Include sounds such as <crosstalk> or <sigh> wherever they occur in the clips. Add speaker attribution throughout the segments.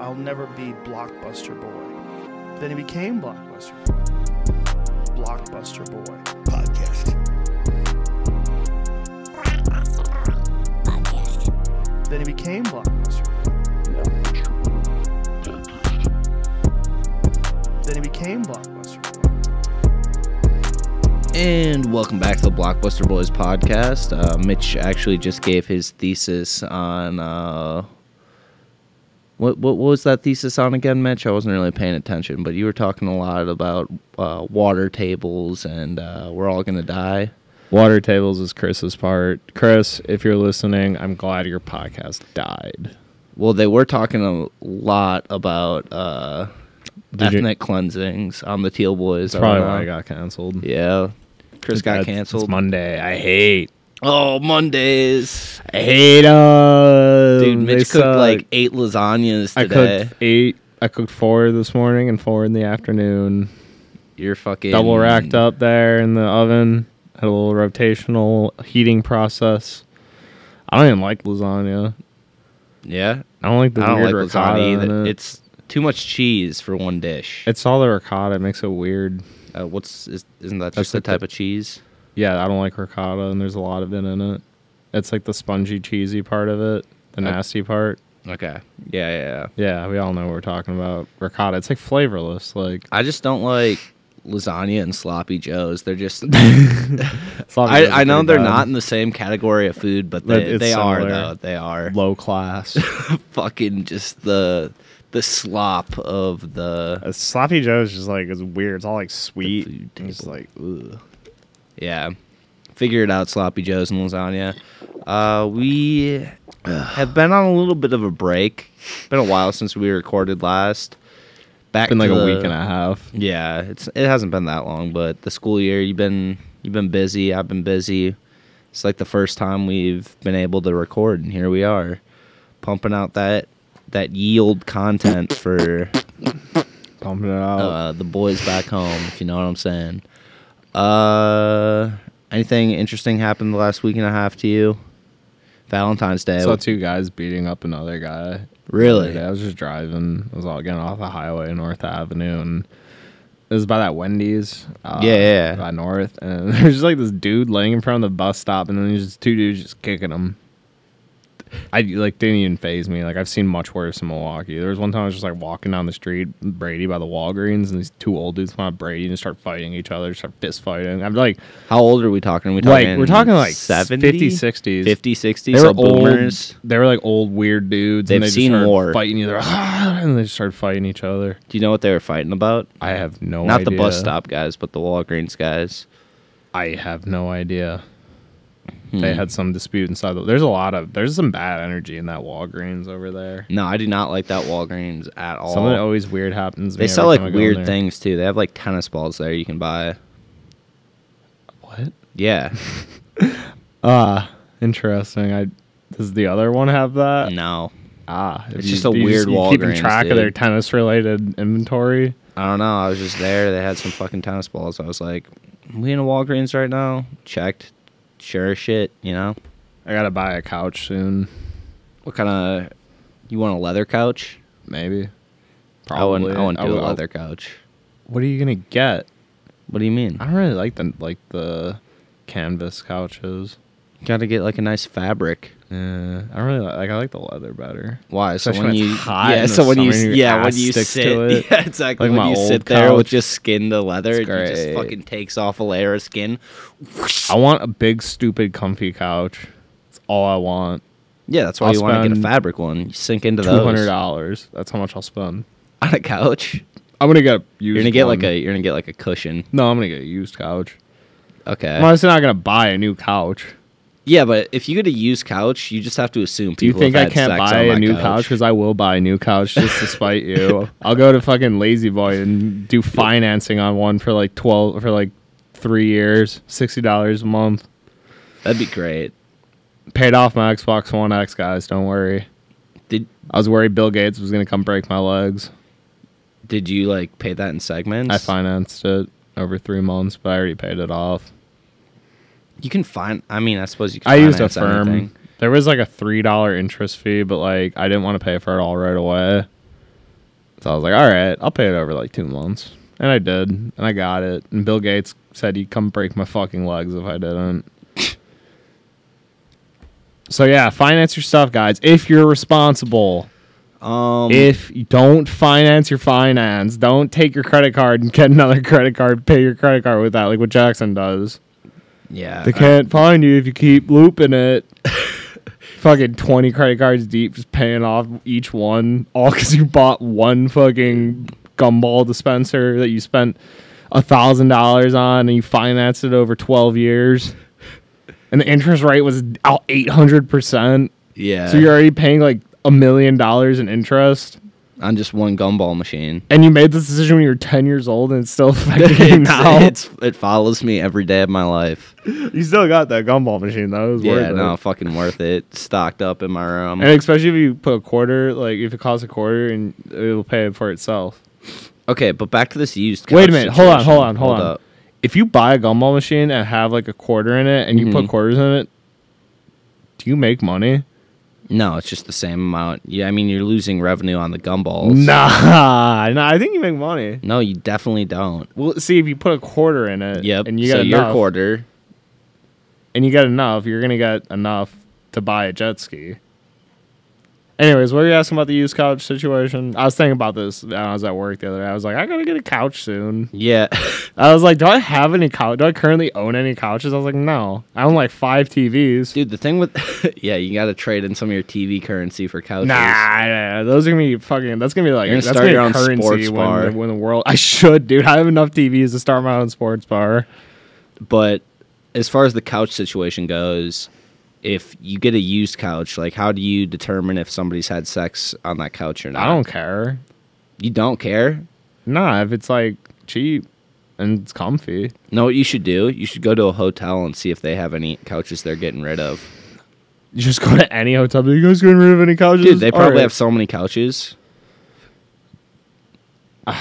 Speaker 1: I'll never be Blockbuster Boy. Then he became Blockbuster Boy. Blockbuster Boy.
Speaker 2: podcast.
Speaker 1: Then he became Blockbuster Boy. Then he became Blockbuster Boy.
Speaker 3: And welcome back to the Blockbuster Boys podcast. Uh, Mitch actually just gave his thesis on uh, what, what what was that thesis on again, Mitch? I wasn't really paying attention, but you were talking a lot about uh, water tables and uh, we're all gonna die.
Speaker 4: Water tables is Chris's part. Chris, if you're listening, I'm glad your podcast died.
Speaker 3: Well, they were talking a lot about uh,
Speaker 4: Did you-
Speaker 3: ethnic cleansings on the Teal Boys.
Speaker 4: It's probably
Speaker 3: don't
Speaker 4: why I
Speaker 3: know.
Speaker 4: got canceled.
Speaker 3: uh, Yeah, Chris
Speaker 4: It's bad.
Speaker 3: got
Speaker 4: It's
Speaker 3: canceled.
Speaker 4: Monday. I hate.
Speaker 3: oh, Mondays.
Speaker 4: I hate us.
Speaker 3: Dude,
Speaker 4: They
Speaker 3: Mitch cooked
Speaker 4: suck.
Speaker 3: like eight lasagnas
Speaker 4: I
Speaker 3: today.
Speaker 4: cooked eight. I cooked four this morning and four in the afternoon.
Speaker 3: You're fucking
Speaker 4: Double racked up there in the oven. Had a little rotational heating process. I don't even like lasagna.
Speaker 3: Yeah,
Speaker 4: I don't like the
Speaker 3: I don't
Speaker 4: weird
Speaker 3: like
Speaker 4: ricotta
Speaker 3: lasagna
Speaker 4: in
Speaker 3: either.
Speaker 4: it.
Speaker 3: It's too much cheese for one dish.
Speaker 4: it's all the ricotta. It makes it weird.
Speaker 3: Uh, what's is, isn't that
Speaker 4: That's
Speaker 3: just the
Speaker 4: like
Speaker 3: type
Speaker 4: the-
Speaker 3: of cheese?
Speaker 4: Yeah, I don't like ricotta, and there's a lot of it in it. It's like the spongy, cheesy part of it, the nasty part.
Speaker 3: Okay. Yeah, yeah, yeah.
Speaker 4: Yeah, we all know what we're talking about. Ricotta. It's like flavorless. Like
Speaker 3: I just don't like lasagna and sloppy joes.
Speaker 4: <laughs>
Speaker 3: They're just <laughs>
Speaker 4: sloppy joes are
Speaker 3: <laughs> I, I know
Speaker 4: pretty
Speaker 3: they're
Speaker 4: bad.
Speaker 3: not in the same category of food, but
Speaker 4: But
Speaker 3: they,
Speaker 4: it's
Speaker 3: they are
Speaker 4: similar.
Speaker 3: though. They are
Speaker 4: low class. <laughs>
Speaker 3: fucking just the the slop of the
Speaker 4: A Uh, sloppy Joe is just like it's weird. It's all like sweet.
Speaker 3: food
Speaker 4: It's just like ugh.
Speaker 3: yeah. Figure it out, sloppy joes and lasagna. Uh, we have been on a little bit of a break. Been a while since we recorded last. Back
Speaker 4: Been like
Speaker 3: to
Speaker 4: a
Speaker 3: the-
Speaker 4: week and a half.
Speaker 3: Yeah, it's it hasn't been that long, but the school year you've been you've been busy. I've been busy. It's like the first time we've been able to record, and here we are, pumping out that that yield content for
Speaker 4: Pumping it out.
Speaker 3: uh, the boys back home. If you know what I'm saying. Uh, anything interesting happened the last week and a half to you? Valentine's Day.
Speaker 4: Saw two guys beating up another guy.
Speaker 3: Really?
Speaker 4: Yeah, I was just driving. I was all getting off the highway, North Avenue, and it was by that Wendy's. Uh,
Speaker 3: Yeah, yeah, yeah.
Speaker 4: By North, and <laughs> there's just like this dude laying in front of the bus stop, and then there's just two dudes just kicking him. I like didn't even phase me. Like I've seen much worse in Milwaukee. There was one time I was just like walking down the street, Brady by the Walgreens, and these two old dudes come out of Brady and start fighting each other, start fist fighting. I'm like,
Speaker 3: How old are we talking? Are we
Speaker 4: Like,
Speaker 3: talking
Speaker 4: we're talking, like, 50s, 60s.
Speaker 3: 50, 60s.
Speaker 4: they
Speaker 3: so
Speaker 4: were
Speaker 3: boomers.
Speaker 4: old. They were like old weird dudes.
Speaker 3: They've
Speaker 4: and they
Speaker 3: seen
Speaker 4: just started
Speaker 3: war.
Speaker 4: fighting each other, <laughs> and they just started fighting each other.
Speaker 3: Do you know what they were fighting about?
Speaker 4: I have no
Speaker 3: Not
Speaker 4: idea.
Speaker 3: the bus stop guys, but the Walgreens guys.
Speaker 4: I have no idea. They
Speaker 3: Hmm.
Speaker 4: had some dispute inside. The, there's a lot of there's some bad energy in that Walgreens over there.
Speaker 3: No, I do not like that Walgreens at all.
Speaker 4: Something always weird happens. to
Speaker 3: they
Speaker 4: me every
Speaker 3: sell like
Speaker 4: time I go in
Speaker 3: weird
Speaker 4: there.
Speaker 3: things too. They have like tennis balls there you can buy.
Speaker 4: What? <laughs>
Speaker 3: Yeah.
Speaker 4: Ah, interesting. I does the other one have that?
Speaker 3: no.
Speaker 4: Ah, if
Speaker 3: It's just a weird
Speaker 4: Keeping
Speaker 3: Walgreens,
Speaker 4: track of their
Speaker 3: dude.
Speaker 4: tennis related inventory.
Speaker 3: I don't know. I was just there. They had some fucking tennis balls. I was like, we in a Walgreens right now? Checked. Sure as shit, you know?
Speaker 4: I gotta buy a couch soon,
Speaker 3: What kind of. You want a leather couch?
Speaker 4: maybe.
Speaker 3: I wouldn't, I wouldn't do
Speaker 4: would-
Speaker 3: a leather couch.
Speaker 4: What are you gonna get?
Speaker 3: What do you mean?
Speaker 4: I don't really like the like the canvas couches.
Speaker 3: Gotta get like a nice fabric.
Speaker 4: Yeah, I don't really like, like. I like the leather better.
Speaker 3: Why?
Speaker 4: Especially when it's hot
Speaker 3: yeah,
Speaker 4: in the
Speaker 3: so when you
Speaker 4: summer and your
Speaker 3: yeah when
Speaker 4: ass
Speaker 3: you
Speaker 4: sticks to
Speaker 3: sit <laughs>
Speaker 4: it.
Speaker 3: yeah exactly
Speaker 4: Like
Speaker 3: when
Speaker 4: my
Speaker 3: you
Speaker 4: old
Speaker 3: sit there with
Speaker 4: couch.
Speaker 3: just skin to leather, it
Speaker 4: It's
Speaker 3: just
Speaker 4: great.
Speaker 3: fucking takes off a layer of skin.
Speaker 4: I want a big, stupid, comfy couch. That's all I want.
Speaker 3: Yeah, that's why
Speaker 4: I'll
Speaker 3: you want to get a
Speaker 4: spend
Speaker 3: fabric one. You sink into
Speaker 4: Two
Speaker 3: those
Speaker 4: hundred dollars. That's how much I'll spend.
Speaker 3: on a couch.
Speaker 4: I'm gonna get a used.
Speaker 3: You're gonna get like
Speaker 4: one.
Speaker 3: a you're gonna get like a cushion.
Speaker 4: No, I'm gonna get a used couch.
Speaker 3: Okay.
Speaker 4: I'm honestly not gonna buy a new couch.
Speaker 3: yeah, but if you get a used couch, you just have to assume
Speaker 4: Do you
Speaker 3: people.
Speaker 4: think I
Speaker 3: have had
Speaker 4: can't
Speaker 3: sex
Speaker 4: buy
Speaker 3: on
Speaker 4: a
Speaker 3: that
Speaker 4: new couch? Because I will buy a new couch just to spite
Speaker 3: <laughs>
Speaker 4: you. I'll go to fucking Lazy Boy and do financing on one for like twelve for like three years, sixty dollars a month.
Speaker 3: That'd be great.
Speaker 4: Paid off my Xbox One X, guys. Don't worry.
Speaker 3: Did
Speaker 4: I was worried Bill Gates was gonna come break my legs.
Speaker 3: did you like pay that in segments?
Speaker 4: I financed it over three months, but I already paid it off.
Speaker 3: you can find. I mean, I suppose you. can
Speaker 4: I used a
Speaker 3: finance
Speaker 4: firm.
Speaker 3: anything.
Speaker 4: There was like a three dollar interest fee, but like I didn't want to pay for it all right away. So I was like, all right, I'll pay it over like two months. And I did. And I got it. And Bill Gates said he'd come break my fucking legs if I
Speaker 3: <laughs>
Speaker 4: didn't. so yeah, finance your stuff, guys. If you're responsible,
Speaker 3: Um,
Speaker 4: if you don't finance your finance, don't take your credit card and get another credit card, pay your credit card with that, like what Jackson does.
Speaker 3: yeah. uh,
Speaker 4: They
Speaker 3: I-
Speaker 4: can't find you if you keep looping it. <laughs> fucking 20 credit cards deep, just paying off each one, all because you bought one fucking gumball dispenser that you spent a thousand dollars on and you financed it over 12 years. And the interest rate was out 800%.
Speaker 3: yeah.
Speaker 4: So you're already paying like a million dollars in interest.
Speaker 3: on just one gumball
Speaker 4: <laughs>
Speaker 3: machine.
Speaker 4: And you made this decision when you were 10 years old and it's still <laughs> affecting you
Speaker 3: <laughs> It's-
Speaker 4: now.
Speaker 3: it's- it follows me every day of my life.
Speaker 4: you still got that gumball machine though. It was worth
Speaker 3: Yeah,
Speaker 4: it.
Speaker 3: no, fucking worth it. Stocked up in my room.
Speaker 4: And especially if you put a quarter, like if it costs a quarter, and it'll pay for itself.
Speaker 3: Okay, but back to this used. Couch
Speaker 4: Wait a minute, hold on,
Speaker 3: situation.
Speaker 4: hold on, hold, on.
Speaker 3: up.
Speaker 4: If you buy a gumball machine and have like a quarter in it, and you put
Speaker 3: Mhm.
Speaker 4: quarters in it, do you make money?
Speaker 3: No, it's just the same amount. Yeah, I mean you're losing revenue on the gumballs.
Speaker 4: Nah, <laughs> nah. I think you make money.
Speaker 3: No, you definitely don't.
Speaker 4: Well, see, if you put a quarter in it,
Speaker 3: Yep.
Speaker 4: and you got
Speaker 3: so
Speaker 4: enough,
Speaker 3: your quarter.
Speaker 4: and you got enough, you're gonna get enough to buy a jet ski. Anyways, what were you asking about the used couch situation? I was thinking about this when I was at work the other day. I was like, I gotta get a couch soon.
Speaker 3: Yeah. <laughs>
Speaker 4: I was like, do I have any couch? Do I currently own any couches? I was like, no. I own like five TVs.
Speaker 3: Dude, the thing with <laughs> yeah, you got to trade in some of your TV currency for couches.
Speaker 4: nah, nah, those are gonna be fucking. That's gonna be like
Speaker 3: You're gonna
Speaker 4: that's gonna
Speaker 3: start
Speaker 4: be
Speaker 3: your own
Speaker 4: currency
Speaker 3: sports
Speaker 4: when,
Speaker 3: bar.
Speaker 4: The, when the world. <laughs> I should, dude. I have enough TVs to start my own sports bar.
Speaker 3: But as far as the couch situation goes, if you get a used couch, like how do you determine if somebody's had sex on that couch or not?
Speaker 4: I don't care.
Speaker 3: You don't care?
Speaker 4: Nah, if it's like cheap and it's comfy.
Speaker 3: Know what you should do? You should go to a hotel and see if they have any couches they're getting rid of.
Speaker 4: You just go to any hotel. but You guys getting rid of any couches?
Speaker 3: Dude, they probably
Speaker 4: Alright.
Speaker 3: have so many couches.
Speaker 4: Why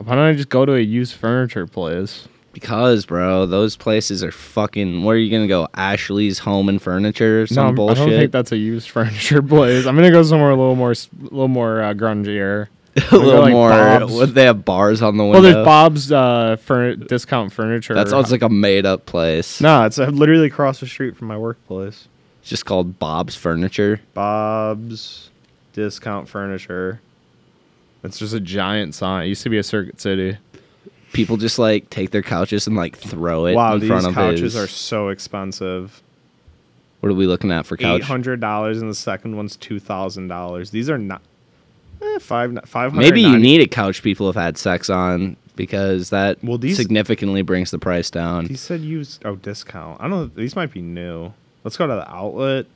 Speaker 4: don't I just go to a used furniture place?
Speaker 3: Because, bro, those places are fucking. Where are you gonna go? Ashley's Home and Furniture or some
Speaker 4: no, I'm-
Speaker 3: bullshit.
Speaker 4: I don't think that's a used <laughs> furniture place. I'm gonna go somewhere a little more, s- a little more uh, grungier.
Speaker 3: <laughs>
Speaker 2: <laughs>
Speaker 3: a
Speaker 4: Like,
Speaker 3: little
Speaker 4: like
Speaker 3: more.
Speaker 4: Bob's.
Speaker 3: What they have bars on the
Speaker 4: Well,
Speaker 3: window.
Speaker 4: there's Bob's uh, fur- discount furniture.
Speaker 3: That sounds like a made up place.
Speaker 4: no. It's uh, literally across the street from my workplace.
Speaker 3: It's just called Bob's Furniture.
Speaker 4: Bob's discount furniture. It's just a giant sign. It used to be a Circuit City.
Speaker 3: People just like take their couches and like throw it
Speaker 2: Wow,
Speaker 3: in
Speaker 2: these
Speaker 3: front of
Speaker 2: couches
Speaker 3: his.
Speaker 2: are so expensive.
Speaker 3: what are we looking at for
Speaker 2: Eight
Speaker 3: couch?
Speaker 2: hundred dollars, and the second one's two thousand dollars. These are not eh, five five hundred.
Speaker 3: Maybe you need a couch people have had sex on because that
Speaker 2: Well, these-
Speaker 3: significantly brings the price down.
Speaker 2: He said use oh discount. I don't. know. These might be new. Let's go to the outlet.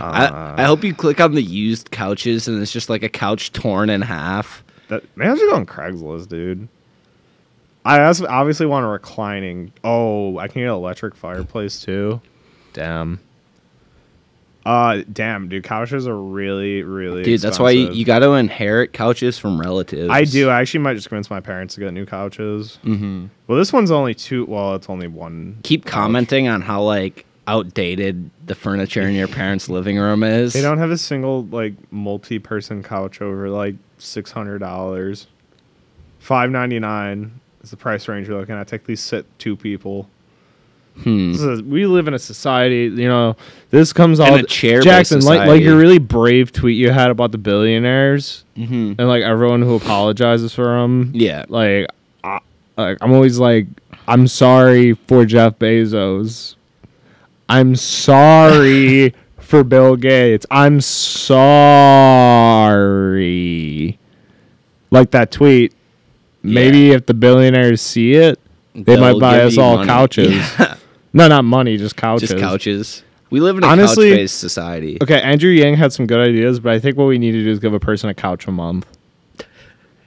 Speaker 3: I,
Speaker 2: uh,
Speaker 3: I hope you click on the used couches and it's just like a couch torn in half.
Speaker 2: That man, I should go on Craigslist, dude. I also obviously want a reclining. Oh, I can get an electric fireplace too.
Speaker 4: Damn.
Speaker 2: Uh, damn, dude, couches are really, really.
Speaker 3: Dude, that's why you,
Speaker 2: expensive.
Speaker 3: you got to inherit couches from relatives.
Speaker 2: I do. I actually might just convince my parents to get new couches. Mm-hmm. Well, this one's only two. Well, it's only one.
Speaker 3: Keep commenting on how like outdated the furniture in your parents' living room is.
Speaker 2: They don't have a single like multi-person couch over like six hundred dollars. Five ninety nine is the price range you're looking at. Take these sit two people.
Speaker 3: Hmm.
Speaker 4: This is- we live in a society, you know. This comes all
Speaker 3: a chair-based
Speaker 4: Jackson, like, like your
Speaker 3: society.
Speaker 4: really brave tweet you had about the billionaires
Speaker 3: Mhm.
Speaker 4: and like everyone who apologizes for them.
Speaker 3: Yeah.
Speaker 4: like, I, like I'm always like, I'm sorry for Jeff Bezos. I'm sorry for Bill Gates. I'm sorry. Like that tweet. Maybe if the billionaires see it, they
Speaker 3: They'll
Speaker 4: might buy
Speaker 3: give
Speaker 4: us
Speaker 3: you
Speaker 4: all
Speaker 3: money. <laughs>
Speaker 4: couches. <laughs> No, not money, just couches.
Speaker 3: Just couches. We live in a
Speaker 4: Honestly-
Speaker 3: couch-based society.
Speaker 4: Okay, Andrew Yang had some good ideas, but I think what we need to do is give a person a couch a month.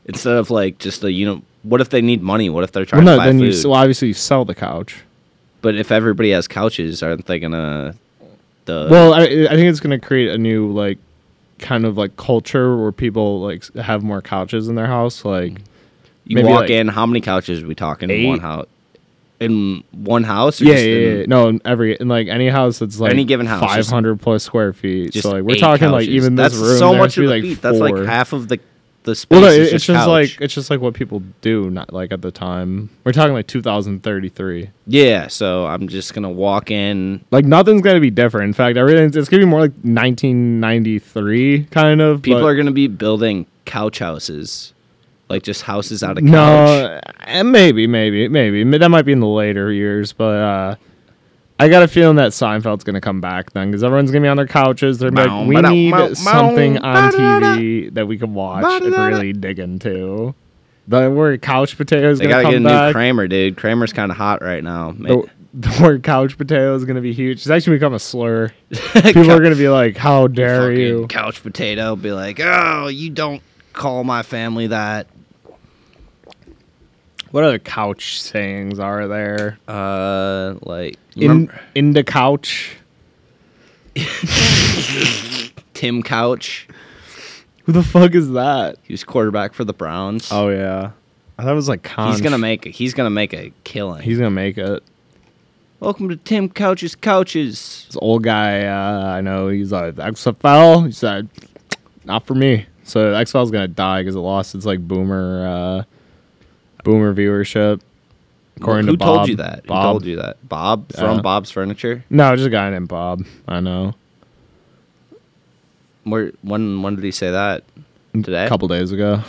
Speaker 3: Instead of like just a you know, what if they need money? What if they're
Speaker 4: Well,
Speaker 3: trying
Speaker 4: no,
Speaker 3: to buy
Speaker 4: then
Speaker 3: food?
Speaker 4: you so obviously you sell the couch.
Speaker 3: but if everybody has couches, aren't they gonna? The
Speaker 4: well, I, I think it's going to create a new like kind of like culture where people like s- have more couches in their house. Like
Speaker 3: you
Speaker 4: maybe,
Speaker 3: walk
Speaker 4: like,
Speaker 3: in, how many couches are we talking? in One
Speaker 4: eight?
Speaker 3: house. in one house? Or
Speaker 4: Yeah,
Speaker 3: just
Speaker 4: yeah,
Speaker 3: in-
Speaker 4: yeah. No, in every in like any house that's like
Speaker 3: Any given house, just-
Speaker 4: five hundred plus square feet.
Speaker 3: just
Speaker 4: So like we're
Speaker 3: eight
Speaker 4: talking like
Speaker 3: couches.
Speaker 4: even
Speaker 3: that's
Speaker 4: this room.
Speaker 3: so
Speaker 4: there
Speaker 3: much
Speaker 4: should
Speaker 3: of
Speaker 4: be,
Speaker 3: the
Speaker 4: like
Speaker 3: beat. That's like
Speaker 4: four.
Speaker 3: half of the the space.
Speaker 4: Well, no,
Speaker 3: is
Speaker 4: it- it's just
Speaker 3: couch.
Speaker 4: like it's just like what people do. Not like at the time we're talking like two thousand thirty three.
Speaker 3: yeah. So I'm just gonna walk in.
Speaker 4: Like nothing's gonna be different. In fact, everything's it's gonna be more like nineteen ninety three kind of.
Speaker 3: People
Speaker 4: but-
Speaker 3: are gonna be building couch houses, like just houses out of couch.
Speaker 4: No, eh, maybe, maybe, maybe. M- That might be in the later years, but uh, I got a feeling that Seinfeld's going to come back then because everyone's going to be on their couches. They're gonna be
Speaker 3: Bow,
Speaker 4: like, we
Speaker 3: ba-dow,
Speaker 4: need
Speaker 3: bow,
Speaker 4: something
Speaker 3: bow,
Speaker 4: on
Speaker 3: ba-da-da-da.
Speaker 4: TV that we can watch and
Speaker 3: Ba-da-da-da.
Speaker 4: really dig into. The word couch potato is
Speaker 3: They
Speaker 4: going to
Speaker 3: gotta
Speaker 4: come
Speaker 3: get a new
Speaker 4: back.
Speaker 3: Kramer, dude. Kramer's kind of hot right now. Ma-
Speaker 4: the, the word couch potato is going to be huge. It's actually become a
Speaker 3: <laughs>
Speaker 4: slur. People are going to be like, how dare
Speaker 3: fucking
Speaker 4: you?
Speaker 3: couch potato be like, oh, you don't call my family that.
Speaker 4: What other couch sayings are there?
Speaker 3: Uh, like you
Speaker 4: In,
Speaker 3: remember
Speaker 4: in the couch.
Speaker 3: Tim Couch.
Speaker 4: Who the fuck is that?
Speaker 3: He was quarterback for the Browns.
Speaker 4: Oh, yeah. I thought it was like
Speaker 3: he's gonna
Speaker 4: Conch.
Speaker 3: make a, he's gonna make a killing.
Speaker 4: He's gonna make it.
Speaker 3: Welcome to Tim Couch's couches.
Speaker 4: This old guy, uh, I know, he's like XFL. He said, "Not for me." So XFL's gonna die because it lost its like boomer, uh, boomer viewership. According
Speaker 3: Who
Speaker 4: to Bob,
Speaker 3: told you that?
Speaker 4: Bob.
Speaker 3: Who told you that? Bob from
Speaker 4: Uh,
Speaker 3: Bob's Furniture.
Speaker 4: No, just a guy named Bob. I know.
Speaker 3: Where when when did he say that? Today.
Speaker 4: A Mm, couple days ago,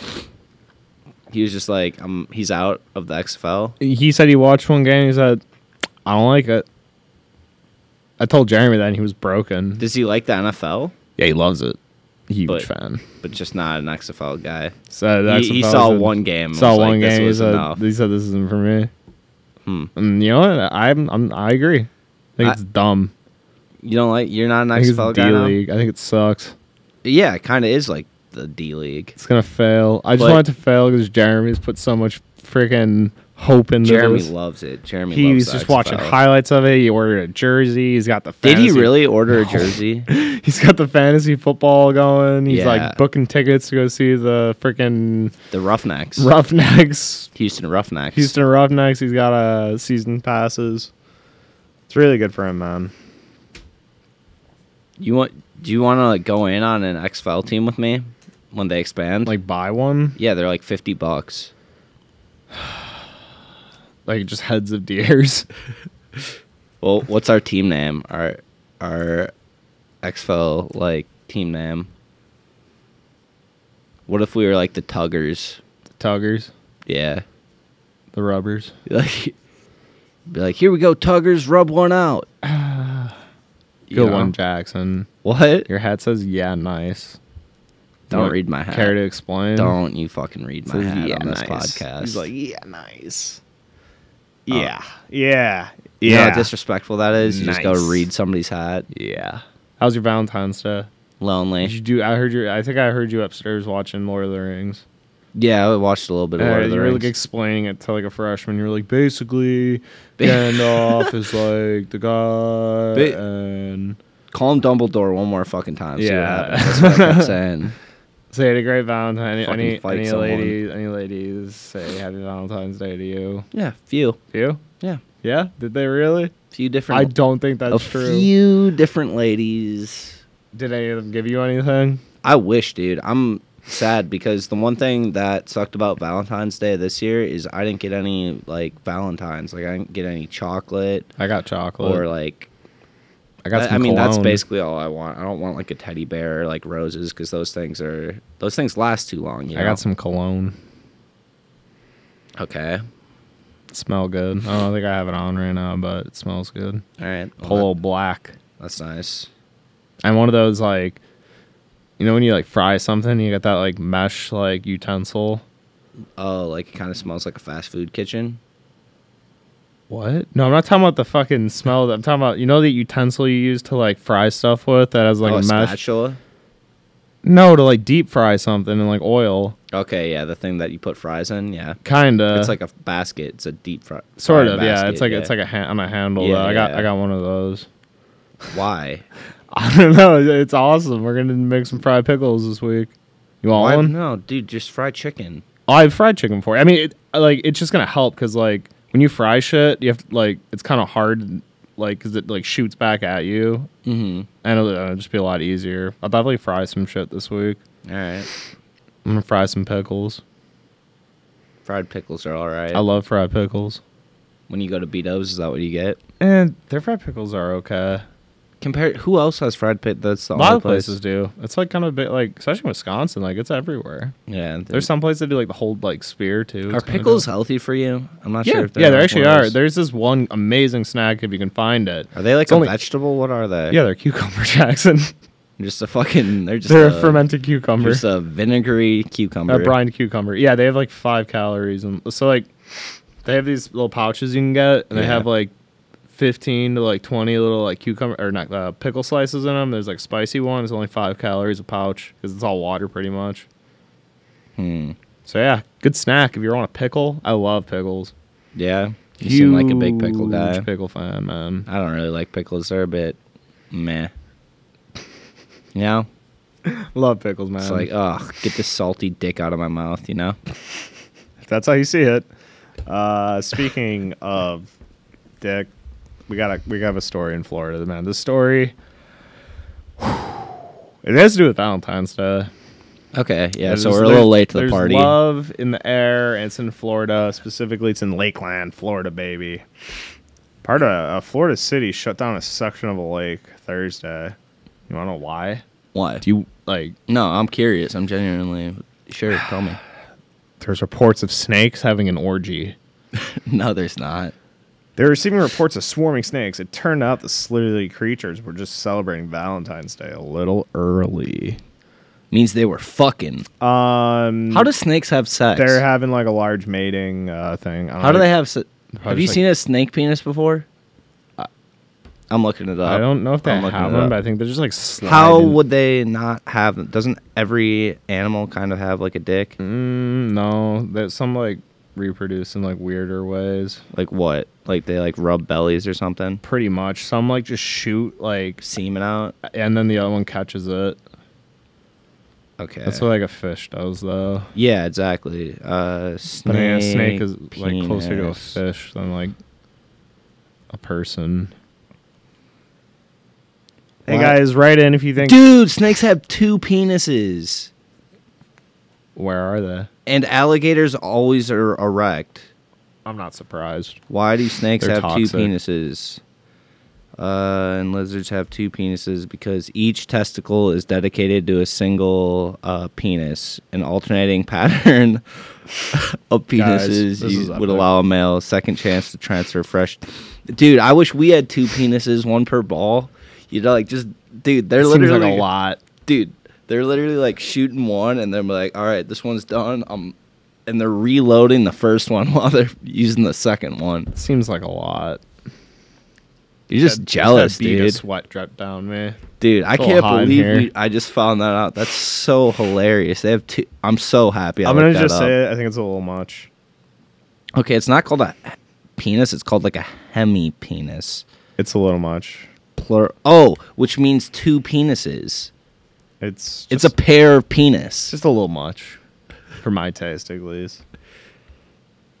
Speaker 3: He was just like, um, he's out of the XFL.
Speaker 4: he said he watched one game. He said, "I don't like it." I told Jeremy that and he was broken.
Speaker 3: Does he like the NFL?
Speaker 4: Yeah, he loves it. Huge
Speaker 3: But-
Speaker 4: fan.
Speaker 3: But just not an XFL guy.
Speaker 4: So the
Speaker 3: He, he
Speaker 4: XFL
Speaker 3: saw
Speaker 4: said-
Speaker 3: one game. and
Speaker 4: saw
Speaker 3: was like,
Speaker 4: one
Speaker 3: "This
Speaker 4: game. He
Speaker 3: was
Speaker 4: said,
Speaker 3: enough."
Speaker 4: he said this isn't for me.
Speaker 3: Hmm.
Speaker 4: And you know what? I'm, I'm I agree. I think
Speaker 3: I-
Speaker 4: it's dumb.
Speaker 3: You don't like you're not an
Speaker 4: I think
Speaker 3: XFL
Speaker 4: it's
Speaker 3: guy
Speaker 4: D
Speaker 3: now?
Speaker 4: League. I think it sucks.
Speaker 3: Yeah, it kind of is like the D League.
Speaker 4: It's gonna fail. I just
Speaker 3: But-
Speaker 4: want it to fail because Jeremy's put so much freaking hope into
Speaker 3: Jeremy
Speaker 4: this.
Speaker 3: loves it. Jeremy
Speaker 4: He
Speaker 3: loves
Speaker 4: was
Speaker 3: the
Speaker 4: just watching
Speaker 3: XFL.
Speaker 4: highlights of it. He ordered a jersey. He's got the.
Speaker 3: Did he
Speaker 4: fantasy-
Speaker 3: really order a jersey?
Speaker 4: <laughs> He's got the fantasy football going. He's
Speaker 3: Yeah.
Speaker 4: like booking tickets to go see the freaking
Speaker 3: the Roughnecks.
Speaker 4: Roughnecks,
Speaker 3: Houston Roughnecks.
Speaker 4: Houston Roughnecks. He's got a season passes. It's really good for him, man.
Speaker 3: You want? Do you want to like go in on an XFL team with me when they expand?
Speaker 4: Like buy one.
Speaker 3: yeah, they're like fifty bucks.
Speaker 4: like just heads of deers.
Speaker 3: Well, what's our team name? Our our XFL like team name. What if we were like the Tuggers?
Speaker 4: the <laughs> tuggers,
Speaker 3: Yeah, <laughs>
Speaker 4: the rubbers.
Speaker 3: like be like, here we go, Tuggers, rub
Speaker 4: <sighs>
Speaker 3: one out. You
Speaker 4: Good
Speaker 3: know?
Speaker 4: one, Jackson.
Speaker 3: What?
Speaker 4: Your hat says yeah, nice.
Speaker 3: Don't
Speaker 4: Wanna
Speaker 3: read my hat.
Speaker 4: Care to explain?
Speaker 3: Don't you fucking read my
Speaker 4: Says,
Speaker 3: hat
Speaker 4: yeah,
Speaker 3: on this
Speaker 4: nice.
Speaker 3: podcast.
Speaker 2: He's like, yeah, nice.
Speaker 3: Yeah.
Speaker 2: yeah,
Speaker 3: You know
Speaker 2: yeah.
Speaker 3: how disrespectful that is? You just go
Speaker 2: Nice.
Speaker 3: read somebody's hat.
Speaker 4: Yeah. How's your Valentine's Day? Did you
Speaker 3: Lonely.
Speaker 4: do? I heard you. I think I heard you upstairs watching Lord of the Rings.
Speaker 3: Yeah, I watched a little bit of Lord
Speaker 4: Uh,
Speaker 3: of the
Speaker 4: you were like
Speaker 3: Rings.
Speaker 4: explaining it to like a freshman. You were like, basically,
Speaker 3: <laughs>
Speaker 4: Gandalf is like the guy,
Speaker 3: Ba-
Speaker 4: and
Speaker 3: Call him Dumbledore one more fucking time. See
Speaker 4: Yeah.
Speaker 3: what happens. That's what I
Speaker 4: <laughs>
Speaker 3: kept saying.
Speaker 4: so you had a great Valentine.
Speaker 3: Fucking
Speaker 4: Any
Speaker 3: fight
Speaker 4: any
Speaker 3: someone.
Speaker 4: ladies? Any ladies say Happy Valentine's Day to you?
Speaker 3: Yeah, few.
Speaker 4: You?
Speaker 3: Yeah,
Speaker 4: Yeah? Did they really?
Speaker 3: few different.
Speaker 4: I don't think that's
Speaker 3: a
Speaker 4: true.
Speaker 3: few different ladies.
Speaker 4: Did any of them give you anything?
Speaker 3: I wish, dude. I'm sad because the one thing that sucked about Valentine's Day this year is I didn't get any like Valentines. Like I didn't get any chocolate
Speaker 4: I got chocolate.
Speaker 3: or like
Speaker 4: I got
Speaker 3: I-
Speaker 4: some
Speaker 3: I mean, that's
Speaker 4: cologne.
Speaker 3: basically all I want. I don't want like a teddy bear or like roses because those things are those things last too long. You
Speaker 4: I
Speaker 3: know?
Speaker 4: got some cologne.
Speaker 3: Okay.
Speaker 4: Smell good. I don't think I have it on right now, but it smells good.
Speaker 3: All right. Well,
Speaker 4: Polo black.
Speaker 3: that- that's nice.
Speaker 4: I'm one of those like, you know, when you like fry something, you got that like mesh like utensil.
Speaker 3: Oh, like it kind of smells like a fast food kitchen.
Speaker 4: What? No, I'm not talking about the fucking smell. I'm talking about you know the utensil you use to like fry stuff with that has like
Speaker 3: oh,
Speaker 4: a
Speaker 3: a
Speaker 4: mesh.
Speaker 3: spatula.
Speaker 4: No, to like deep fry something in like oil,
Speaker 3: Okay, yeah, the thing that you put fries in. Yeah,
Speaker 4: kinda.
Speaker 3: it's like a basket. It's a deep fry.
Speaker 4: Uh, sort
Speaker 3: fry
Speaker 4: of yeah. It's
Speaker 3: basket,
Speaker 4: like it's like a ha- on a handle.
Speaker 3: Yeah,
Speaker 4: though. I got
Speaker 3: yeah.
Speaker 4: I got one of those. <laughs>
Speaker 3: why?
Speaker 4: I don't know. It's awesome. We're gonna make some fried pickles this week. You want
Speaker 3: Why?
Speaker 4: one? Oh,
Speaker 3: No, dude, just fried chicken.
Speaker 4: I have fried chicken for you. I mean, it, like it's just gonna help because like when you fry shit, you have to, like it's kind of hard, like because it like shoots back at you,
Speaker 3: Mm-hmm.
Speaker 4: and it'll, it'll just be a lot easier. I'll definitely fry some shit this week.
Speaker 3: All right.
Speaker 4: I'm gonna fry some pickles.
Speaker 3: Fried pickles are all right.
Speaker 4: I love fried pickles,
Speaker 3: when you go to B Dubs, is that what you get?
Speaker 4: and their fried pickles are okay.
Speaker 3: Compare who else has fried pit? That's the
Speaker 4: A
Speaker 3: only
Speaker 4: lot of
Speaker 3: place.
Speaker 4: places do. It's like kind of a bit like, especially Wisconsin, like it's everywhere.
Speaker 3: Yeah,
Speaker 4: There's some places that do like the whole like spear too.
Speaker 3: Are
Speaker 4: It's kinda
Speaker 3: pickles
Speaker 4: dope.
Speaker 3: healthy for you? I'm not
Speaker 4: Yeah,
Speaker 3: sure if they're
Speaker 4: yeah, there
Speaker 3: like
Speaker 4: actually
Speaker 3: one of
Speaker 4: are.
Speaker 3: those-
Speaker 4: There's this one amazing snack if you can find it.
Speaker 3: Are they like
Speaker 4: It's
Speaker 3: a
Speaker 4: only-
Speaker 3: vegetable? What are they?
Speaker 4: Yeah, they're cucumber <laughs> Jackson.
Speaker 3: just a fucking. They're just
Speaker 4: they're
Speaker 3: a,
Speaker 4: a fermented cucumber. Uh,
Speaker 3: Just a vinegary cucumber.
Speaker 4: A brined cucumber. Yeah, they have like five calories, and so like they have these little pouches you can get, and they
Speaker 3: Yeah.
Speaker 4: have like fifteen to like twenty little like cucumber or not uh, pickle slices in them. There's like spicy one. It's only five calories a pouch because it's all water pretty much.
Speaker 3: Hmm.
Speaker 4: So yeah, good snack if you're on a pickle. I love pickles.
Speaker 3: Yeah. You seem like a big pickle
Speaker 4: Huge
Speaker 3: guy.
Speaker 4: Pickle fan, man.
Speaker 3: I don't really like pickles. They're a bit meh. You know?
Speaker 4: Love pickles, man.
Speaker 3: It's like,
Speaker 4: Um,
Speaker 3: oh, get this salty dick out of my mouth, you know?
Speaker 2: If that's how you see it. Uh, speaking <laughs> of dick, we got a we got a story in Florida, man. This story <sighs>
Speaker 4: it has to do with Valentine's Day.
Speaker 3: Okay, yeah,
Speaker 4: There's
Speaker 3: so
Speaker 4: just-
Speaker 3: we're a little
Speaker 4: there's-
Speaker 3: late to the
Speaker 4: there's
Speaker 3: party.
Speaker 4: Love in the air, and it's in Florida.
Speaker 2: specifically, it's in Lakeland, Florida, baby. Part of a Florida city shut down a section of a lake Thursday.
Speaker 4: You want to know why?
Speaker 3: Why?
Speaker 4: Do you like?
Speaker 3: no, I'm curious. I'm genuinely sure. Tell
Speaker 4: <sighs>
Speaker 3: me. <laughs>
Speaker 4: There's reports of snakes having an orgy.
Speaker 3: No, there's not.
Speaker 2: They're receiving reports of swarming snakes. It turned out the slithery creatures were just celebrating Valentine's Day a little early.
Speaker 3: Means they were fucking.
Speaker 2: Um,
Speaker 3: How do snakes have sex?
Speaker 2: they're having like a large mating uh, thing. I don't
Speaker 3: How do
Speaker 2: know.
Speaker 3: they have se- Have
Speaker 4: just
Speaker 3: you
Speaker 4: like-
Speaker 3: seen a snake penis before? I, am looking it up.
Speaker 4: I don't know if they
Speaker 3: I'm
Speaker 4: have
Speaker 3: looking it
Speaker 4: one,
Speaker 3: up.
Speaker 4: but I think they're just like sliding.
Speaker 3: How would they not have them? Doesn't every animal kind of have like a dick?
Speaker 4: Mm, no, that some like reproduce in like weirder ways.
Speaker 3: Like what? Like they like rub bellies or something?
Speaker 4: Pretty much. Some like just shoot like,
Speaker 3: Semen out?
Speaker 4: and then the other one catches it.
Speaker 3: Okay.
Speaker 4: That's what like a fish does though.
Speaker 3: yeah, exactly. Uh, snake.
Speaker 4: But I mean, a snake is like closer to a
Speaker 3: penis.
Speaker 4: fish than like a person.
Speaker 2: Hey guys, write in if you think
Speaker 3: Dude, snakes have two penises,
Speaker 4: Where are they?
Speaker 3: and alligators always are erect.
Speaker 4: I'm not surprised.
Speaker 3: Why do snakes
Speaker 4: They're
Speaker 3: have two
Speaker 4: toxic.
Speaker 3: penises? Uh, and lizards have two penises because each testicle is dedicated to a single uh, penis. An alternating <laughs> pattern of
Speaker 4: Guys,
Speaker 3: penises
Speaker 4: this
Speaker 3: you
Speaker 4: is
Speaker 3: would
Speaker 4: epic.
Speaker 3: allow a male a second chance to transfer fresh. Dude, I wish we had two penises, one per ball. You know, like just dude, they're
Speaker 4: It seems
Speaker 3: literally
Speaker 4: like a lot.
Speaker 3: dude, they're literally like shooting one and they're like, all right, this one's done. I'm, and they're reloading the first one <laughs> while they're using the second one.
Speaker 4: It seems like a lot.
Speaker 3: You're just
Speaker 4: That-
Speaker 3: jealous,
Speaker 4: that bead of
Speaker 3: dude.
Speaker 4: Sweat dripped down me.
Speaker 3: Dude,
Speaker 4: It's
Speaker 3: I
Speaker 4: a
Speaker 3: can't
Speaker 4: little hot in
Speaker 3: believe
Speaker 4: here.
Speaker 3: you, I just found that out. That's so hilarious. They have two. I'm so happy. I
Speaker 2: I'm
Speaker 3: looked
Speaker 2: gonna
Speaker 3: that
Speaker 2: just
Speaker 3: up.
Speaker 2: say it. I think it's a little much.
Speaker 3: Okay, it's not called a penis. It's called like a hemi penis.
Speaker 2: It's a little much.
Speaker 3: Plur- oh, which means two penises.
Speaker 2: It's
Speaker 3: it's
Speaker 2: just,
Speaker 3: a pair of penis.
Speaker 2: just a little much.
Speaker 4: For my taste,
Speaker 2: at least.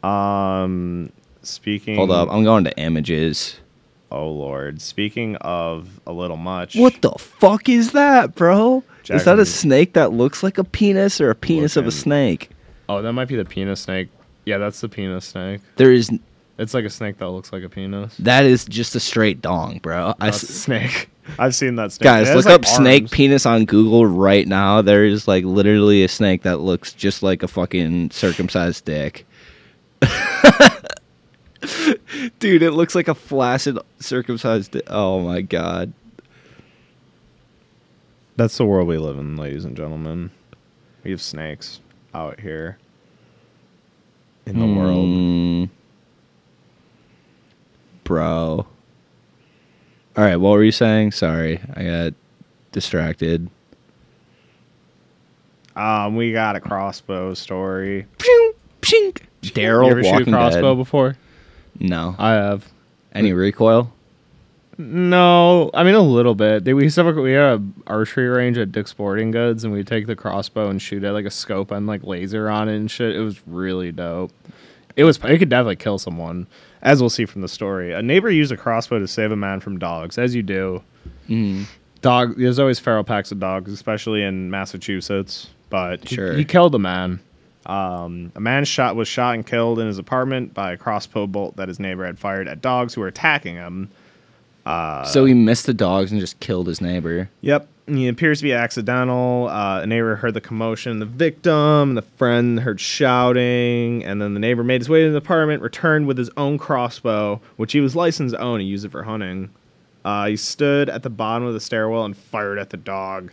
Speaker 2: Um, speaking.
Speaker 3: Hold up, I'm going to images.
Speaker 2: oh lord. Speaking of a little much.
Speaker 3: What the fuck is that, bro? is
Speaker 2: Jack
Speaker 3: that a
Speaker 2: and-
Speaker 3: snake that looks like a penis or a penis of a
Speaker 2: Looking.
Speaker 3: snake?
Speaker 4: Oh, that might be the penis snake. Yeah, that's the penis snake.
Speaker 3: There is
Speaker 4: It's like a snake that looks like a penis.
Speaker 3: that is just a straight dong, bro. I
Speaker 4: That's a
Speaker 3: s-
Speaker 4: snake.
Speaker 2: <laughs> I've seen that snake.
Speaker 3: guys,
Speaker 2: It has,
Speaker 3: look
Speaker 2: like,
Speaker 3: up snake
Speaker 2: arms.
Speaker 3: penis on Google right now. There is like literally a snake that looks just like a fucking circumcised dick. <laughs> Dude, it looks like a flaccid circumcised. Di- oh my god.
Speaker 2: That's the world we live in, ladies and gentlemen. We have snakes out here in the world.
Speaker 3: Mm. Bro. All right, what were you saying? Sorry, I got distracted.
Speaker 2: Um, we got a crossbow story.
Speaker 3: Pshing, pshing.
Speaker 4: you
Speaker 3: Daryl
Speaker 4: ever shoot a
Speaker 3: walking
Speaker 4: crossbow
Speaker 3: dead.
Speaker 4: before?
Speaker 3: No.
Speaker 4: I have.
Speaker 3: Any recoil?
Speaker 4: No, I mean a little bit. They- We used to have a, we had a archery range at Dick's Sporting Goods, and we would take the crossbow and shoot at like a scope and like laser on it and shit. It was really dope.
Speaker 5: It was. It could definitely kill someone, as we'll see from the story. A neighbor used a crossbow to save a man from dogs, as you do. Dog. There's always feral packs of dogs, especially in Massachusetts. But he-
Speaker 3: Sure.
Speaker 5: he, killed a man. Um, a man shot was shot and killed in his apartment by a crossbow bolt that his neighbor had fired at dogs who were attacking him.
Speaker 4: Uh,
Speaker 3: so he missed the dogs and just killed his neighbor.
Speaker 5: Yep.
Speaker 4: It appears to be accidental. Uh, a neighbor heard the commotion, the victim, the friend heard shouting, and then the neighbor made his way to the apartment, returned with his own crossbow, which he was licensed to own and used it for hunting. Uh, he stood at the bottom of the stairwell and fired at the dog.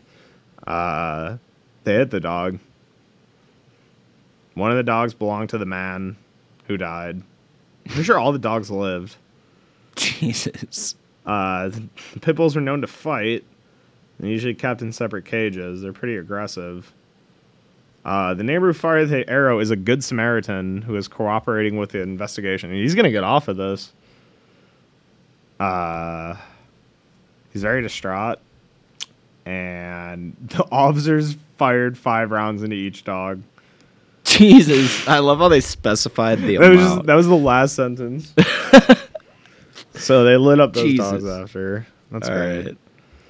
Speaker 4: Uh, they hit the dog. One of the dogs belonged to the man who died. I'm sure all the dogs lived.
Speaker 3: Jesus.
Speaker 4: Uh, the pit bulls were known to fight. They're usually kept in separate cages. They're pretty aggressive. Uh, the neighbor who fired the arrow is a good Samaritan who is cooperating with the investigation. He's going to get off of this. Uh, he's very distraught. And <laughs> the officers fired five rounds into each dog.
Speaker 3: Jesus. I love how they specified the
Speaker 4: That
Speaker 3: amount.
Speaker 4: was, just, that was the last
Speaker 3: <laughs>
Speaker 4: sentence. so they lit up those dogs
Speaker 3: Jesus.
Speaker 4: after. That's
Speaker 3: All
Speaker 4: great.
Speaker 3: right.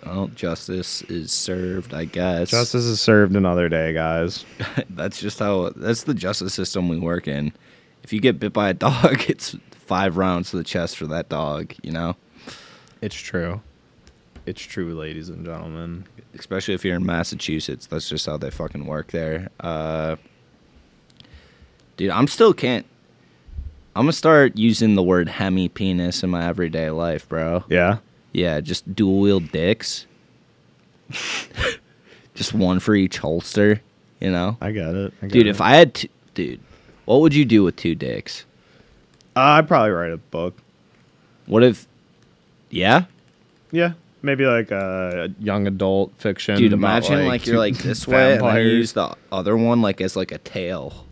Speaker 3: Well, justice is served, I guess.
Speaker 4: Justice is served another day, guys.
Speaker 3: <laughs> that's just how that's the justice system we work in. If you get bit by a dog, <laughs> it's five rounds to the chest for that dog, you know?
Speaker 4: It's true. It's true, ladies and gentlemen.
Speaker 3: especially if you're in Massachusetts. That's just how they fucking work there. Uh, dude, I'm still can't. I'm gonna start using the word hemi penis in my everyday life, bro.
Speaker 4: Yeah.
Speaker 3: Yeah, just dual wheel dicks. <laughs> just one for each holster, you know.
Speaker 4: I get it. I get
Speaker 3: Dude,
Speaker 4: it.
Speaker 3: if I had, t- dude, what would you do with two dicks?
Speaker 4: Uh, I'd probably write a book.
Speaker 3: What if, yeah,
Speaker 4: Yeah. Maybe like uh,
Speaker 5: Young adult fiction.
Speaker 3: dude?
Speaker 5: about,
Speaker 3: Imagine like,
Speaker 4: <laughs>
Speaker 3: you're like this way, and then you
Speaker 5: vampires.
Speaker 3: use the other one like as like a tail.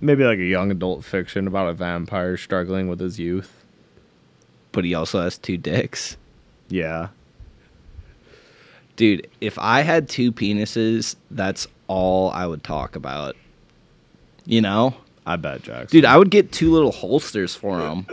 Speaker 4: maybe
Speaker 5: like
Speaker 4: like
Speaker 5: a young adult fiction about a vampire struggling with his youth.
Speaker 3: but he also has two dicks.
Speaker 4: yeah.
Speaker 3: Dude, if I had two penises, that's all I would talk about. You know?
Speaker 4: I bet Jackson.
Speaker 3: Dude, I would get two little holsters for him.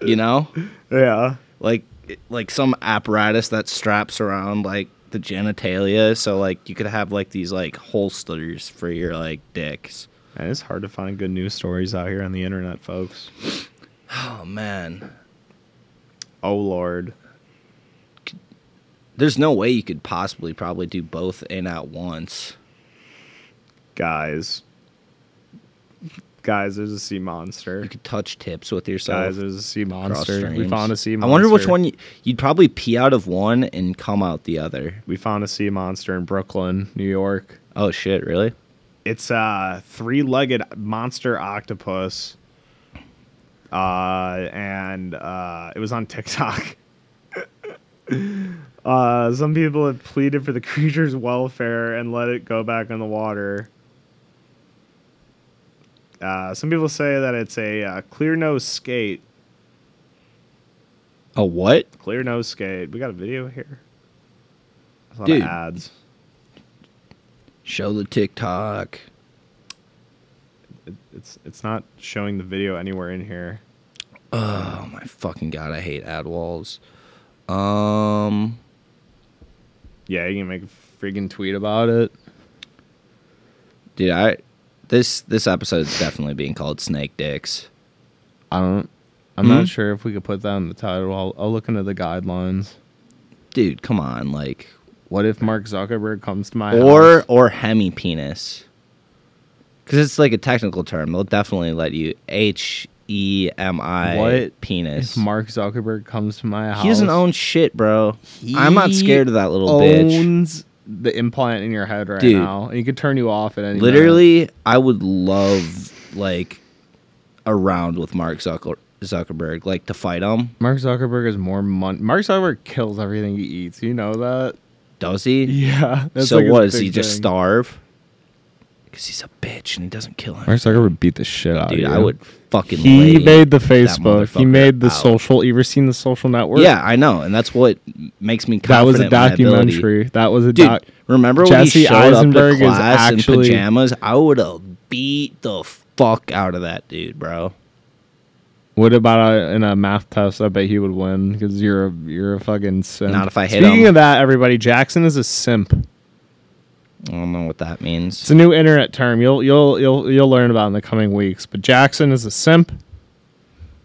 Speaker 3: You know?
Speaker 4: Yeah.
Speaker 3: Like like some apparatus that straps around like the genitalia so like you could have like these like holsters for your like dicks.
Speaker 4: And it's hard to find good news stories out here on the internet, folks.
Speaker 3: Oh man.
Speaker 4: Oh lord.
Speaker 3: There's no way you could possibly probably do both in at once.
Speaker 4: Guys. Guys, there's a sea monster.
Speaker 3: You could touch tips with yourself.
Speaker 4: Guys, there's a sea
Speaker 3: Cross
Speaker 4: monster. We
Speaker 3: streams.
Speaker 4: found a sea monster.
Speaker 3: I wonder which one you, would probably pee out of one and come out the other.
Speaker 4: We found a sea monster in Brooklyn, New York.
Speaker 3: Oh shit, really?
Speaker 4: It's a three-legged monster octopus, uh, and uh, it was on TikTok. <laughs> uh, some people had pleaded for the creature's welfare and let it go back in the water. Uh, some people say that it's a uh, clear nose skate.
Speaker 3: A what?
Speaker 4: Clear nose skate. We got a video here. There's a lot
Speaker 3: Dude.
Speaker 4: of ads.
Speaker 3: Show the TikTok.
Speaker 4: It, it's it's not showing the video anywhere in here.
Speaker 3: Oh my fucking god, I hate ad walls. Um,
Speaker 4: Yeah, you can make a freaking tweet.
Speaker 5: Tweet about it.
Speaker 3: dude, I this this episode is definitely being called Snake Dicks.
Speaker 5: I don't. I'm
Speaker 3: Hmm?
Speaker 5: not sure if we could put that in the title. I'll, I'll look into the guidelines.
Speaker 3: Dude, come on, like
Speaker 5: What if Mark Zuckerberg comes to my
Speaker 3: or
Speaker 5: house?
Speaker 3: or hemi penis. Cuz it's like a technical term. They'll definitely let you H E M I
Speaker 5: What
Speaker 3: penis.
Speaker 5: if Mark Zuckerberg comes to my house?
Speaker 3: He doesn't own shit, bro. I'm not scared of that little bitch.
Speaker 5: owns the implant in your head right
Speaker 3: Dude.
Speaker 5: now, and he could turn you off at any. minute.
Speaker 3: Literally, I would love like around with Mark Zucker- Zuckerberg, like to fight him.
Speaker 5: Mark Zuckerberg is more money. Mark Zuckerberg kills everything he eats. You know that.
Speaker 3: Does he? <laughs>
Speaker 5: Yeah.
Speaker 3: so
Speaker 5: like his
Speaker 3: what? Does
Speaker 5: big
Speaker 3: he just
Speaker 5: thing.
Speaker 3: starve? Because he's a bitch and he doesn't kill him.
Speaker 5: Mark Zuckerberg beat the shit out
Speaker 3: Dude,
Speaker 5: of you.
Speaker 3: I would fucking.
Speaker 5: He
Speaker 3: lay
Speaker 5: made the
Speaker 3: that
Speaker 5: Facebook. He
Speaker 3: motherfucker
Speaker 5: made the
Speaker 3: out.
Speaker 5: social. You ever seen the Social Network?
Speaker 3: Yeah, I know, and that's what makes me.
Speaker 5: That was a
Speaker 3: confident in my ability.
Speaker 5: documentary. That was a
Speaker 3: Dude,
Speaker 5: doc.
Speaker 3: remember when
Speaker 5: Jesse
Speaker 3: he showed
Speaker 5: Eisenberg
Speaker 3: up
Speaker 5: is
Speaker 3: to class
Speaker 5: actually-
Speaker 3: in pajamas? I would have beat the f- fuck out of that dude, bro.
Speaker 4: What about uh in a math test? I bet he would win because you're a you're a fucking simp.
Speaker 3: Not if I hit
Speaker 4: Speaking
Speaker 3: him.
Speaker 4: of that, everybody, Jackson is a simp.
Speaker 3: I don't know what that
Speaker 4: It's
Speaker 3: means.
Speaker 4: a new internet term. You'll you'll you'll you'll learn about in the coming weeks. But Jackson is a simp.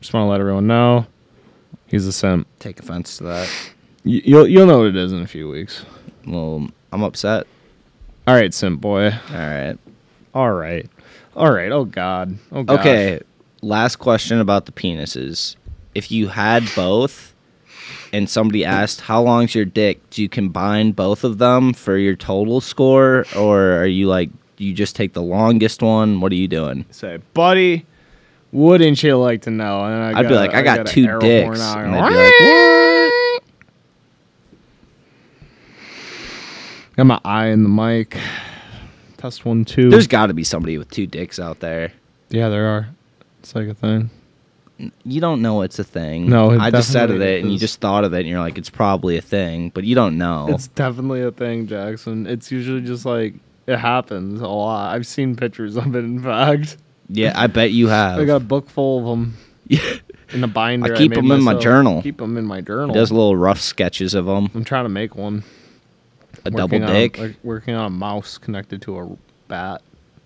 Speaker 4: Just want to let everyone know, he's a simp.
Speaker 3: Take offense to that.
Speaker 4: Y- You'll you'll know what it is in a few weeks.
Speaker 3: Well, I'm upset.
Speaker 4: All right, simp boy.
Speaker 3: All right.
Speaker 4: All right, all right. Oh God. Oh God.
Speaker 3: Okay. Last question about the penises. If you had both and somebody asked, how long's your dick? Do you combine both of them for your total score? Or are you like, you just take the longest one? What are you doing?
Speaker 4: Say, buddy, wouldn't you like to know? And I
Speaker 3: I'd be
Speaker 4: got a-
Speaker 3: like, I got
Speaker 4: a
Speaker 3: two
Speaker 4: arrow
Speaker 3: dicks.
Speaker 4: horn
Speaker 3: And
Speaker 4: out.
Speaker 3: they'd be like, what?
Speaker 4: Got my eye in the mic. Test one, two.
Speaker 3: There's got to be somebody with two dicks out there.
Speaker 4: yeah, there are. It's like a thing.
Speaker 3: You don't know it's a thing.
Speaker 4: No, it
Speaker 3: I just said it,
Speaker 4: definitely
Speaker 3: and you
Speaker 4: is.
Speaker 3: just thought of it, and you're like, it's probably a thing, but you don't know.
Speaker 4: It's definitely a thing, Jackson. It's usually just like it happens a lot. I've seen pictures of it. In fact,
Speaker 3: yeah, I bet you have.
Speaker 4: I got a
Speaker 3: <laughs>
Speaker 4: book full of them
Speaker 3: Yeah.
Speaker 4: in a binder.
Speaker 3: keep
Speaker 4: made
Speaker 3: 'em in my
Speaker 4: myself.
Speaker 3: journal.
Speaker 4: Keep them in my journal.
Speaker 3: There's little rough sketches of them.
Speaker 4: I'm trying to make one.
Speaker 3: A double
Speaker 4: Working on-
Speaker 3: dick.
Speaker 4: like, working on a mouse connected to a bat.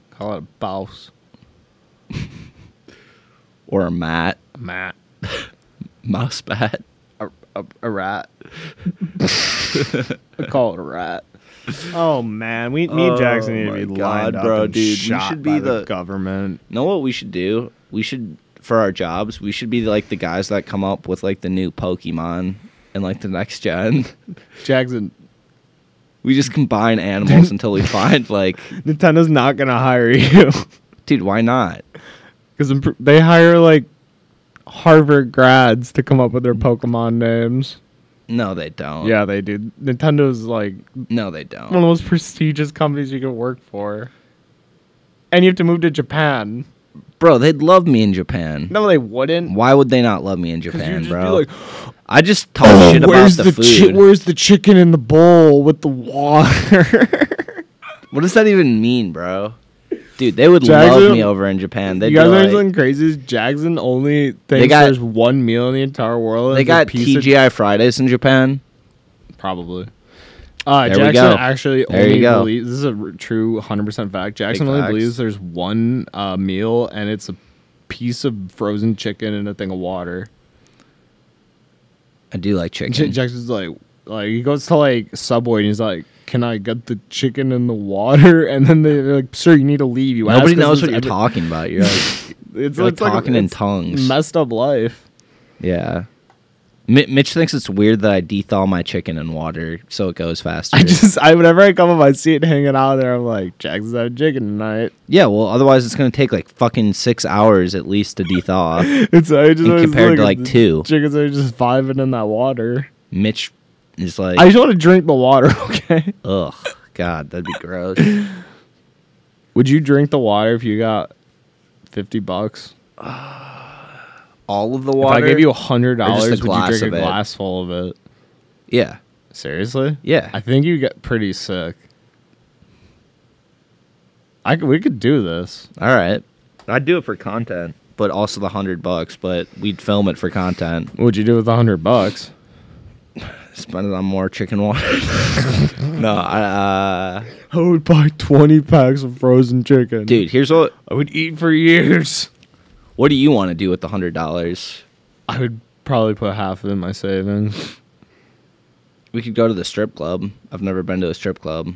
Speaker 4: Call it a bouse.
Speaker 3: or a mat,
Speaker 4: A mat.
Speaker 3: mouse <laughs> mat.
Speaker 4: a, a, a
Speaker 3: <laughs>
Speaker 4: rat. I call it a rat.
Speaker 2: Oh man, we me and Jackson need
Speaker 3: Oh,
Speaker 2: to be
Speaker 3: my
Speaker 2: lined
Speaker 3: God,
Speaker 2: up
Speaker 3: bro,
Speaker 2: and
Speaker 3: dude. We
Speaker 2: shot
Speaker 3: should
Speaker 2: by
Speaker 3: be
Speaker 2: the,
Speaker 3: the-
Speaker 2: government.
Speaker 3: Know what we should do? We should for our jobs. We should be like the guys that come up with like the new Pokemon and like the next gen. <laughs>
Speaker 4: Jackson.
Speaker 3: We just
Speaker 4: <laughs>
Speaker 3: combine animals until we find like,
Speaker 4: Nintendo's not gonna hire you <laughs>
Speaker 3: dude, why not?
Speaker 4: because they hire like Harvard grads to come up with their Pokemon names.
Speaker 3: No, they don't.
Speaker 4: Yeah, they do. Nintendo's like
Speaker 3: No, they
Speaker 4: one of the
Speaker 3: don't.
Speaker 4: most prestigious companies you can work for, and you have to move to Japan.
Speaker 3: Bro, they'd love me in Japan.
Speaker 4: No, they wouldn't.
Speaker 3: Why would they not love me in
Speaker 4: Because
Speaker 3: Japan,
Speaker 4: you'd just
Speaker 3: bro?
Speaker 4: be like,
Speaker 3: I just talk
Speaker 4: "Oh,
Speaker 3: shit about
Speaker 4: where's
Speaker 3: the,
Speaker 4: the, chi-
Speaker 3: food.
Speaker 4: where's the chicken in the bowl with the
Speaker 3: <laughs>
Speaker 4: water?
Speaker 3: what does that even mean, bro? Dude, they would love
Speaker 4: Jackson,
Speaker 3: me over in Japan. They'd
Speaker 4: you guys
Speaker 3: be
Speaker 4: are
Speaker 3: like-
Speaker 4: something crazy. Is Jackson only thinks
Speaker 3: got-
Speaker 4: there's one meal in the entire world. and
Speaker 3: They
Speaker 4: it's a
Speaker 3: got
Speaker 4: piece of-
Speaker 3: TGI Fridays in Japan.
Speaker 4: probably. Uh,
Speaker 3: There we
Speaker 4: Jackson
Speaker 3: go.
Speaker 4: actually
Speaker 3: There you
Speaker 4: only
Speaker 3: go.
Speaker 4: believes this is a r- true 100% fact. Jackson only
Speaker 3: facts.
Speaker 4: believes there's one uh, meal and it's a piece of frozen chicken and a thing of water.
Speaker 3: I do like
Speaker 4: J-
Speaker 3: chicken.
Speaker 4: Jackson's like, like he goes to like Subway and he's like, "Can I get the chicken and the water?" <laughs> And then they're like, "Sir, you need to leave." You ask
Speaker 3: Nobody
Speaker 4: us
Speaker 3: knows
Speaker 4: this
Speaker 3: what you're
Speaker 4: every-
Speaker 3: talking about. You're like, <laughs>
Speaker 4: It's,
Speaker 3: you're like
Speaker 4: it's like
Speaker 3: talking in
Speaker 4: it's
Speaker 3: tongues.
Speaker 4: Messed up
Speaker 3: <laughs>
Speaker 4: life.
Speaker 3: yeah. Mi Mitch thinks it's weird that I dethaw my chicken in water so it goes faster.
Speaker 4: I just, I whenever I come up, I see it hanging out there. I'm like, Jackson's having chicken tonight. <laughs>
Speaker 3: yeah, well, otherwise it's gonna take like fucking six hours at least
Speaker 4: <laughs>
Speaker 3: to dethaw.
Speaker 4: It's I just
Speaker 3: And
Speaker 4: always look
Speaker 3: compared to,
Speaker 4: at
Speaker 3: like,
Speaker 4: the
Speaker 3: two.
Speaker 4: chickens are just vibing in that water.
Speaker 3: Mitch is like,
Speaker 4: I just want to drink the water. <laughs> Okay.
Speaker 3: ugh, God, that'd be gross.
Speaker 4: Would you drink the water if you got fifty bucks?
Speaker 3: All of the water.
Speaker 4: If I gave you a hundred
Speaker 3: a
Speaker 4: dollars, would you
Speaker 3: glass
Speaker 4: drink a
Speaker 3: of it?
Speaker 4: glass full of it?
Speaker 3: yeah.
Speaker 4: Seriously?
Speaker 3: Yeah.
Speaker 4: I think you get pretty sick. I c- we could do this.
Speaker 3: All right. I'd do it for content, but also the hundred bucks. But we'd film it for content.
Speaker 4: What'd you do with a hundred bucks?
Speaker 3: Spend it on more chicken water. <laughs> no, I, uh,
Speaker 4: I would buy twenty packs of frozen chicken.
Speaker 3: dude. Here's what.
Speaker 4: I would eat for years.
Speaker 3: What do you want to do with the hundred dollars?
Speaker 4: I would probably put half of it in my savings. <laughs>
Speaker 3: We could go to the strip club. I've never been to a strip club.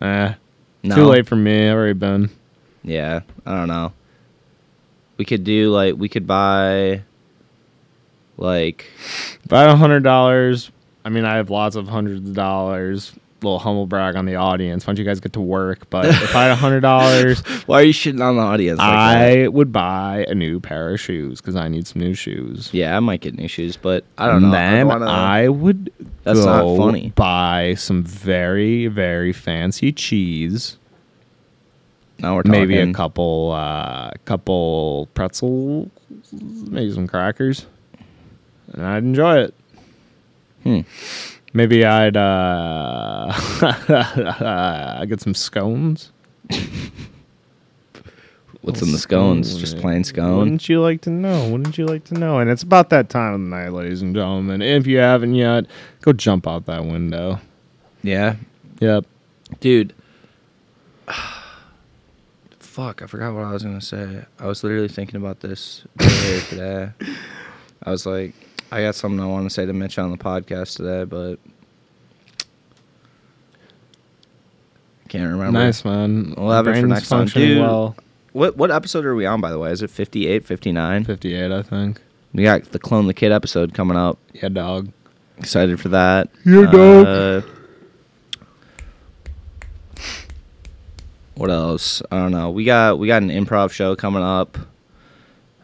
Speaker 4: Eh.
Speaker 3: No.
Speaker 4: Too late for me. I've already been.
Speaker 3: Yeah, I don't know. We could do like we could buy, like
Speaker 4: If I had a hundred dollars, I mean I have lots of hundreds of dollars. Little humble brag on the audience. Why don't you guys get to work? But if I had a hundred <laughs> dollars,
Speaker 3: why are you shitting on the audience? Like uh, that?
Speaker 4: I would buy a new pair of shoes because I need some new shoes.
Speaker 3: yeah, I might get new shoes, but I don't know. I
Speaker 4: Then
Speaker 3: wanna-
Speaker 4: I would
Speaker 3: That's not
Speaker 4: go
Speaker 3: funny.
Speaker 4: buy some very very fancy cheese.
Speaker 3: now we're talking.
Speaker 4: Maybe a couple uh couple pretzel, maybe some crackers, and I'd enjoy it.
Speaker 3: Hmm.
Speaker 4: Maybe I'd uh, <laughs> I'd get some scones.
Speaker 3: What's in the scones? Just plain scone.
Speaker 4: Wouldn't you like to know? Wouldn't you like to know? And it's about that time of the night, ladies and gentlemen. If you haven't yet, go jump out that window.
Speaker 3: Yeah,
Speaker 4: Yep.
Speaker 3: dude. <sighs> Fuck, I forgot what I was gonna say. I was literally thinking about this earlier today. I was like, I got something I want to say to Mitch on the podcast today, but I can't remember.
Speaker 4: Nice, man.
Speaker 3: We'll have it for
Speaker 4: Brain's
Speaker 3: next time.
Speaker 4: functioning
Speaker 3: Dude.
Speaker 4: well.
Speaker 3: What what episode are we on by the way? Is it 58, 59?
Speaker 4: 58, I think.
Speaker 3: We got the Clone the Kid episode coming up.
Speaker 4: Yeah, dog.
Speaker 3: Excited for that.
Speaker 4: Yeah, dog.
Speaker 3: Uh, what else? I don't know. We got we got an improv show coming up.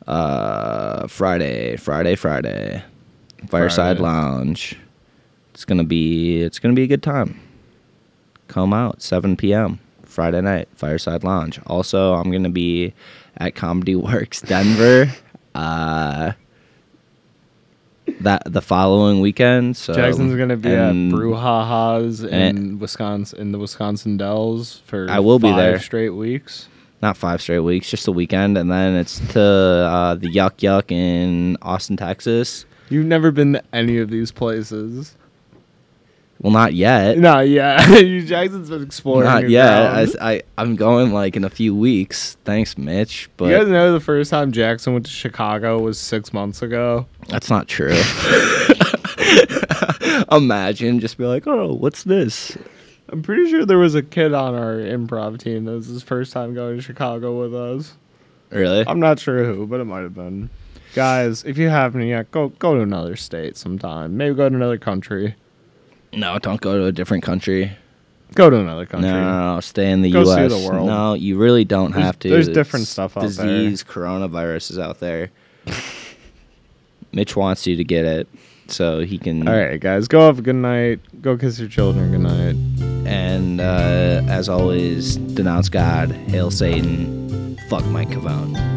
Speaker 3: Uh, Friday, Friday, Friday, Fireside
Speaker 4: Friday.
Speaker 3: Lounge. It's gonna be it's gonna be a good time. Come out 7 p.m. Friday night, Fireside Lounge. Also, I'm gonna be at Comedy <laughs> Works Denver. uh, that the following weekend. So
Speaker 4: Jackson's gonna be at
Speaker 3: and-
Speaker 4: Brouhaha's in
Speaker 3: and-
Speaker 4: Wisconsin in the Wisconsin Dells for
Speaker 3: I will be
Speaker 4: five
Speaker 3: there.
Speaker 4: straight weeks.
Speaker 3: not five straight weeks, just a weekend, and then it's to uh, the Yuck Yuck in Austin, Texas.
Speaker 4: You've never been to any of these places.
Speaker 3: Well, not yet.
Speaker 4: No, yeah. <laughs> You- Jackson's been exploring.
Speaker 3: not
Speaker 4: your
Speaker 3: yet.
Speaker 4: ground.
Speaker 3: I, I I'm going like in a few weeks. Thanks, Mitch. But
Speaker 4: you guys know the first time Jackson went to Chicago was six months ago.
Speaker 3: that's not
Speaker 4: <laughs>
Speaker 3: true. Imagine just be like, oh, what's this?
Speaker 4: I'm pretty sure there was a kid on our improv team that was his first time going to Chicago with us.
Speaker 3: Really?
Speaker 4: I'm not sure who, but it might have been. Guys, if you haven't yet, go go to another state sometime. Maybe go to another country.
Speaker 3: no, don't go to a different country.
Speaker 4: Go to another
Speaker 3: No,
Speaker 4: country.
Speaker 3: no, no, stay in the
Speaker 4: Go see
Speaker 3: U.S.
Speaker 4: the world.
Speaker 3: No, you really don't
Speaker 4: There's-
Speaker 3: have to.
Speaker 4: there's different stuff out there.
Speaker 3: disease, coronaviruses
Speaker 4: <laughs>
Speaker 3: out there. Mitch wants you to get it, so he can.
Speaker 4: All right, guys, go have a good night. Go kiss your children good night.
Speaker 3: And uh, as always, denounce God, hail Satan, fuck Mike Cavone.